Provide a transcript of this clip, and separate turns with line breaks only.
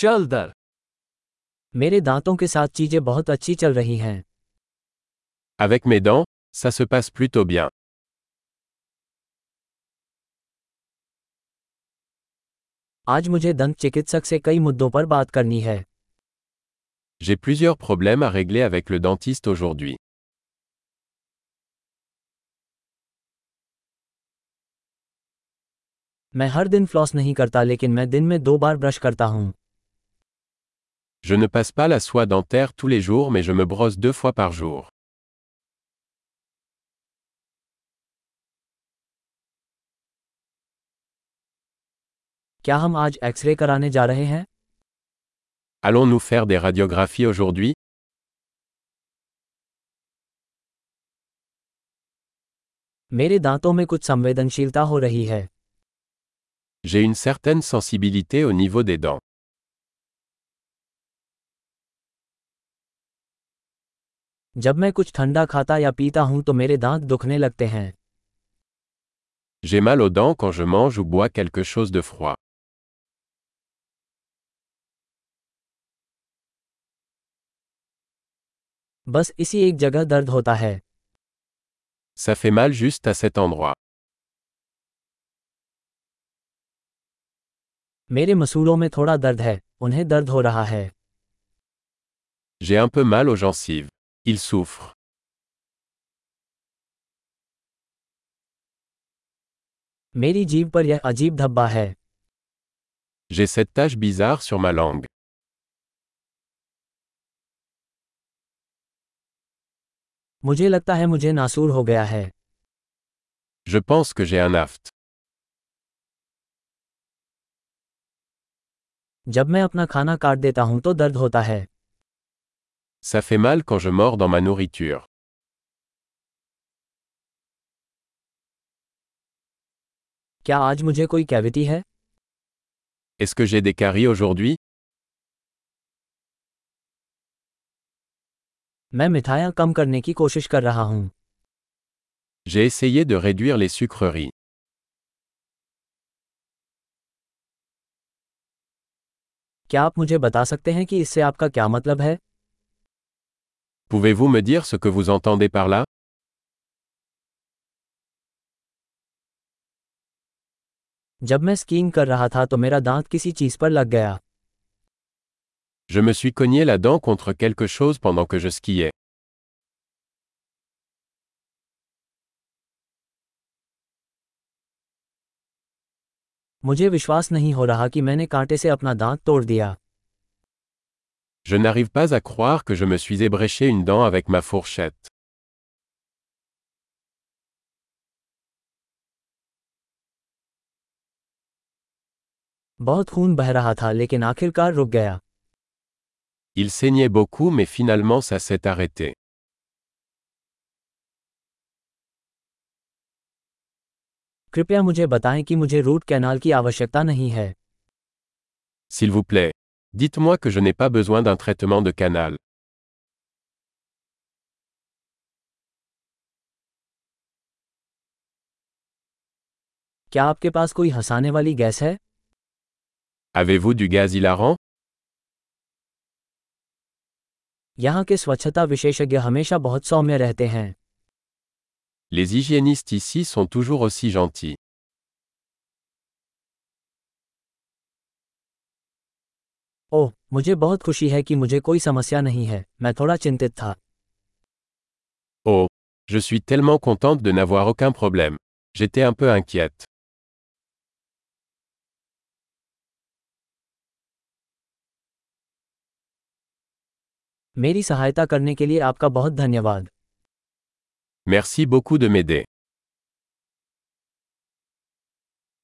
चल दर
मेरे दांतों के साथ चीजें बहुत अच्छी चल रही हैं
Avec mes dents, ça se passe plutôt bien.
आज मुझे दंत चिकित्सक से कई मुद्दों पर बात करनी है
J'ai plusieurs problèmes à régler avec le dentiste aujourd'hui.
मैं हर दिन फ्लॉस नहीं करता लेकिन मैं दिन में दो बार ब्रश करता हूँ
Je ne passe pas la soie dentaire tous les jours mais je me brosse deux fois par jour.
क्या हम आज एक्सरे कराने जा रहे हैं
Allons-nous faire des radiographies aujourd'hui
मेरे दांतों में कुछ संवेदनशीलता हो रही है
J'ai une certaine sensibilité au niveau des dents.
जब मैं कुछ ठंडा खाता या पीता हूँ तो मेरे दांत दुखने लगते हैं
J'ai mal aux dents quand je mange ou bois quelque chose de froid.
बस इसी एक जगह दर्द होता है
Ça fait mal juste à cet endroit.
मेरे मसूड़ों में थोड़ा दर्द है उन्हें दर्द हो रहा है
J'ai un peu mal aux gencives. Il souffre.
मेरी जीभ पर यह अजीब धब्बा है
J'ai cette tache bizarre sur ma langue.
मुझे लगता है मुझे नासूर हो गया है
Je pense que j'ai un aft.
जब मैं अपना खाना काट देता हूँ तो दर्द होता है
Ça fait mal quand je mords dans ma nourriture.
क्या आज मुझे कोई कैविटी है
Est-ce que j'ai des caries aujourd'hui
मैं मिठाइयाँ कम करने की कोशिश कर रहा हूँ
J'ai essayé de réduire les sucreries.
क्या आप मुझे बता सकते हैं कि इससे आपका क्या मतलब है
Pouvez-vous me dire ce que vous entendez par là
जब मैं स्कीइंग कर रहा था तो मेरा दांत किसी चीज़ पर लग गया
Je me suis cogné la dent contre quelque chose pendant que je skiais.
मुझे विश्वास नहीं हो रहा कि मैंने कांटे से अपना दांत तोड़ दिया
Je n'arrive pas à croire que je me suis ébréché une dent avec ma fourchette.
बहुत खून बह रहा था लेकिन आखिरकार रुक गया
Il saignait beaucoup mais finalement ça s'est arrêté.
कृपया मुझे बताएं कि मुझे रूट कैनाल की आवश्यकता नहीं है
S'il vous plaît. Dites-moi que je n'ai pas besoin d'un traitement de canal.
क्या आपके पास कोई हंसाने वाली गैस है
Avez-vous du gaz hilarant
यहाँ के स्वच्छता विशेषज्ञ हमेशा बहुत सौम्य रहते हैं
Les hygiénistes ici sont toujours aussi gentils.
ओह मुझे बहुत खुशी है कि मुझे कोई समस्या नहीं है मैं थोड़ा चिंतित था
Oh, je suis tellement contente de n'avoir aucun problème. J'étais un peu inquiète.
मेरी सहायता करने के लिए आपका बहुत धन्यवाद
Merci beaucoup de m'aider.